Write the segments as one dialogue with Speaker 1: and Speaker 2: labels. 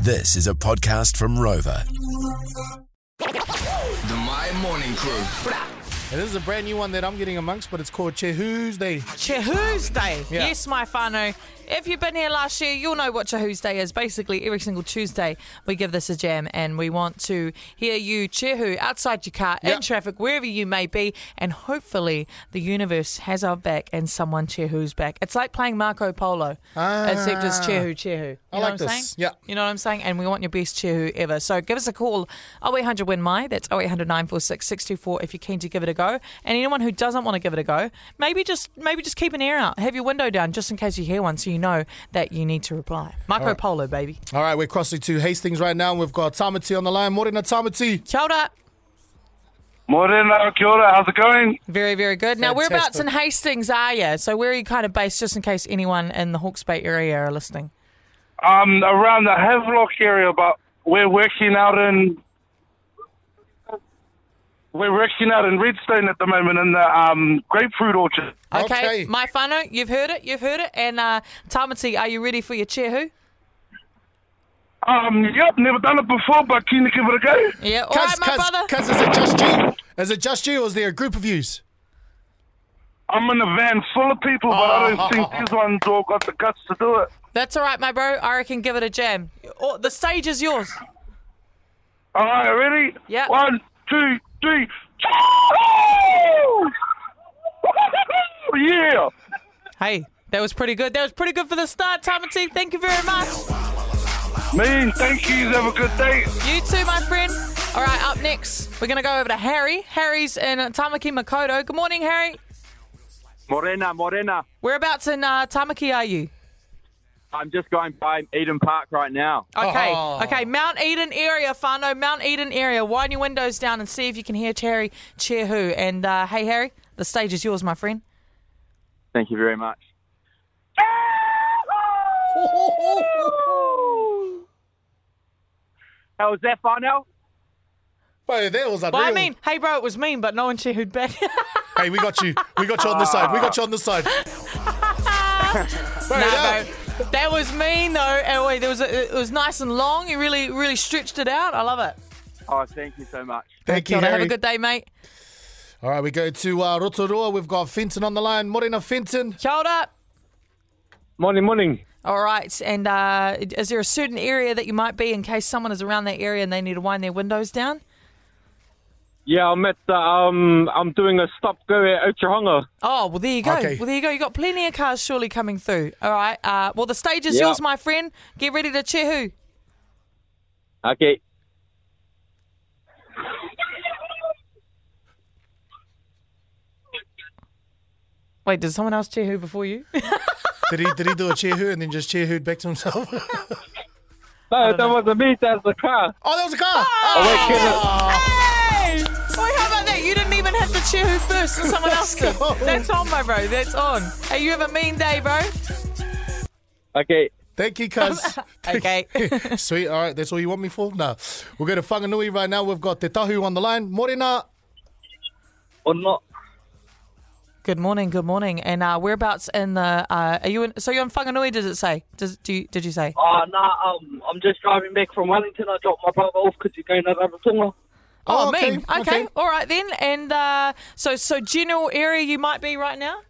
Speaker 1: This is a podcast from Rover.
Speaker 2: The My Morning Crew.
Speaker 3: And this is a brand new one that I'm getting amongst, but it's called Tuesday.
Speaker 4: Tuesday.
Speaker 3: Yeah.
Speaker 4: Yes, my whānau. If you've been here last year, you'll know what Tuesday is. Basically, every single Tuesday, we give this a jam and we want to hear you chehu outside your car,
Speaker 3: Yeah.
Speaker 4: in traffic, wherever you may be. And hopefully, the universe has our back and someone chehu's back. It's like playing Marco Polo,
Speaker 3: Ah.
Speaker 4: except it's chehu, chehu.
Speaker 3: I
Speaker 4: You know
Speaker 3: like
Speaker 4: what I'm
Speaker 3: this. Yeah.
Speaker 4: saying? You know what I'm saying? And we want your best cheer who ever. So give us a call, 0800 Win My. That's 0800 946 624 if you're keen to give it a go. And anyone who doesn't want to give it a go, maybe just maybe just keep an ear out. Have your window down just in case you hear one so you know that you need to reply. Marco Polo, baby.
Speaker 3: All right, we're crossing to Hastings right now, and we've got Tamati on the line. Morena Tamati.
Speaker 4: Kia ora.
Speaker 5: Morena, kia ora, how's it going?
Speaker 4: Very, very good. Now,
Speaker 3: Fantastic.
Speaker 4: whereabouts in Hastings are you? So where are you kind of based just in case anyone in the Hawke's Bay area are listening?
Speaker 5: Um, around the Havelock area, but we're working out in we're working out in Redstone at the moment in the um, grapefruit orchard.
Speaker 3: Okay.
Speaker 4: Okay. My whānau, you've heard it. You've heard it. And uh, Tamati, are you ready for your cheer who?
Speaker 5: Um, yep, never done it before, but keen to give it a go.
Speaker 4: Yeah. All
Speaker 3: Cuz,
Speaker 4: right, my
Speaker 3: cuz,
Speaker 4: brother.
Speaker 3: cuz, is it just you? Is it just you, or is there a group of yous?
Speaker 5: I'm in a van full of people, but I don't think these ones all got the guts to do it.
Speaker 4: That's all right, my bro. I reckon give it a jam. Oh, the stage is yours.
Speaker 5: All right, ready?
Speaker 4: Yep.
Speaker 5: One, two, three. yeah.
Speaker 4: Hey, that was pretty good. That was pretty good for the start, Tamati. Thank you very much.
Speaker 5: Man, thank you. Have a good day.
Speaker 4: You too, my friend. All right, up next, we're going to go over to Harry. Harry's in Tamaki Makoto. Good morning, Harry.
Speaker 6: Morena, Morena.
Speaker 4: Whereabouts in uh, Tamaki are you?
Speaker 6: I'm just going by Eden Park right now.
Speaker 4: Okay,
Speaker 3: Oh.
Speaker 4: okay. Mount Eden area, Fano. Mount Eden area. Wind your windows down and see if you can hear Terry cheer who. And uh, hey, Harry, the stage is yours, my friend.
Speaker 6: Thank you very much. How was that, Farnell?
Speaker 3: Bro, that was unreal.
Speaker 4: Well, I mean, hey, bro, it was mean, but no one cheer who'd back.
Speaker 3: hey, we got you. We got you on this side. We got you on this side. Bro,
Speaker 4: No,
Speaker 3: that-
Speaker 4: bro. That was mean though. And wait, there was a, it was nice and long. You really really stretched it out. I love it.
Speaker 6: Oh, thank you so much.
Speaker 3: Thank you,
Speaker 4: Kia ora. Have
Speaker 3: Harry.
Speaker 4: a good day, mate.
Speaker 3: All right, we go to uh, Rotorua. We've got Fenton on the line. Morena Fenton.
Speaker 4: Kia ora.
Speaker 7: Morning, morning.
Speaker 4: All right. And uh, is there a certain area that you might be in case someone is around that area and they need to wind their windows down?
Speaker 7: Yeah, I'm at the, um, I'm doing a stop go at Ochahanga.
Speaker 4: Oh well, there you go.
Speaker 3: Okay.
Speaker 4: Well, there you go. You got plenty of cars surely coming through. All right. Uh, well, the stage is
Speaker 7: Yeah.
Speaker 4: yours, my friend. Get ready to cheer who.
Speaker 7: Okay.
Speaker 4: Wait, did someone else cheer who before you?
Speaker 3: Did he, did he do a cheer who and then just cheer who back to himself? oh,
Speaker 7: No, that wasn't me. That's the car.
Speaker 3: that Oh, was a
Speaker 4: Oh.
Speaker 3: car.
Speaker 6: Oh.
Speaker 7: wait,
Speaker 4: Hey!
Speaker 7: kidding.
Speaker 4: Wait, how about that? You didn't even have to cheer who first and someone else did.
Speaker 3: go.
Speaker 4: That's on, my bro. That's on. Hey, you have a mean day, bro.
Speaker 7: Okay.
Speaker 3: Thank you, cuz.
Speaker 4: Okay.
Speaker 3: Sweet. All right. That's all you want me for? No. We'll go to Whanganui right now. We've got Te Tahu on the line. Morena.
Speaker 8: Oh,
Speaker 7: Or not.
Speaker 4: good morning, good morning. And uh, whereabouts in the, uh, are you in, so you're in Whanganui, does it say? Does, do you, did you say?
Speaker 8: Oh, no, um, I'm just driving back from Wellington. I dropped my brother off because he's going to Rarotonga.
Speaker 4: Oh,
Speaker 3: okay,
Speaker 4: mean. Okay.
Speaker 3: okay.
Speaker 4: All right then. And uh, so, so general area you might be right now?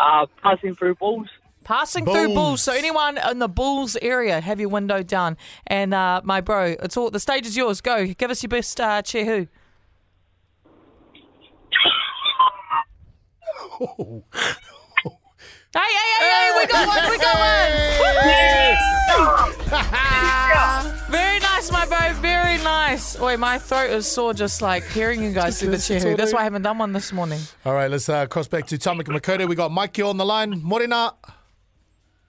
Speaker 8: Uh, passing through balls.
Speaker 4: Passing through
Speaker 3: Bulls.
Speaker 4: Bulls. So anyone in the Bulls area, have your window down. And uh, my bro, it's all, the stage is yours. Go. Give us your best uh, cheer who. Hey, hey, hey, hey, we got one, we got one. Very nice, my bro, very nice. Wait, my throat is sore just like hearing you guys do the cheer. who. That's why I haven't done one this morning.
Speaker 3: All right. Let's uh, cross back to Tamaki Makoto. We got Mikey on the line. Morena.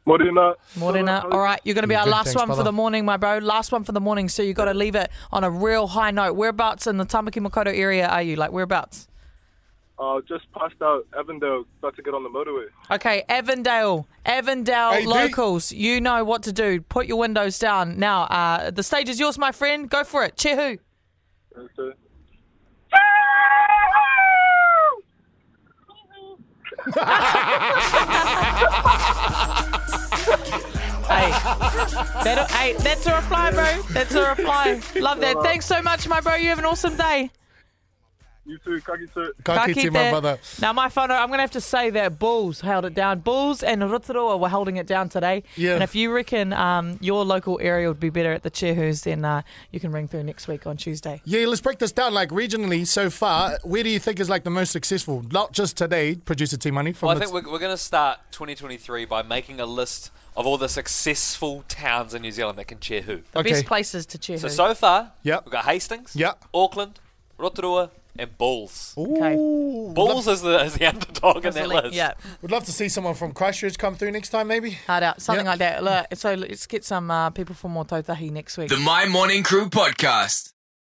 Speaker 5: Morena.
Speaker 4: Morena. All right, uh, you're going to be our
Speaker 3: good,
Speaker 4: last
Speaker 3: thanks,
Speaker 4: one for
Speaker 3: brother.
Speaker 4: the morning, my bro. Last one for the morning, so you got to leave it on a real high note. Whereabouts in the Tamaki Makoto area are you? Like, whereabouts?
Speaker 5: Uh, just passed out Avondale, about to get on the motorway.
Speaker 4: Okay, Avondale, Avondale
Speaker 3: Hey, D.
Speaker 4: locals, you know what to do. Put your windows down. Now, uh, the stage is yours, my friend. Go for it. Cheer who. hey, that'll, hey, that's a reply, bro. That's a reply. Love that. Thanks so much, my bro. You have an awesome day.
Speaker 5: You too, Kaki too.
Speaker 3: Ka
Speaker 4: Ka
Speaker 3: kite, my
Speaker 4: kite.
Speaker 3: brother.
Speaker 4: Now, my whānau, I'm going to have to say that Bulls held it down. Bulls and Rotorua were holding it down today.
Speaker 3: Yeah.
Speaker 4: And if you reckon um, your local area would be better at the Chehus, then uh, you can ring through next week on Tuesday.
Speaker 3: Yeah, let's break this down. Like regionally, so far, where do you think is like the most successful? Not just today, producer T Money. From
Speaker 2: Well, I
Speaker 3: the
Speaker 2: think we're, we're going to start 2023 by making a list of all the successful towns in New Zealand that can cheer who.
Speaker 4: The
Speaker 3: Okay.
Speaker 4: best places to Chehu.
Speaker 2: So, so far,
Speaker 3: Yep.
Speaker 2: we've got Hastings,
Speaker 3: Yep.
Speaker 2: Auckland, Rotorua, and Bulls.
Speaker 4: okay.
Speaker 3: Ooh, would, love,
Speaker 2: Bulls is the, is the underdog in
Speaker 4: That's a
Speaker 2: that
Speaker 4: link,
Speaker 2: list.
Speaker 4: Yeah,
Speaker 3: would love to see someone from Christchurch come through next time, maybe.
Speaker 4: hard out. Something
Speaker 3: Yeah.
Speaker 4: like that. Look, so let's get some uh, people from Mototahi next week.
Speaker 9: The My Morning Crew podcast.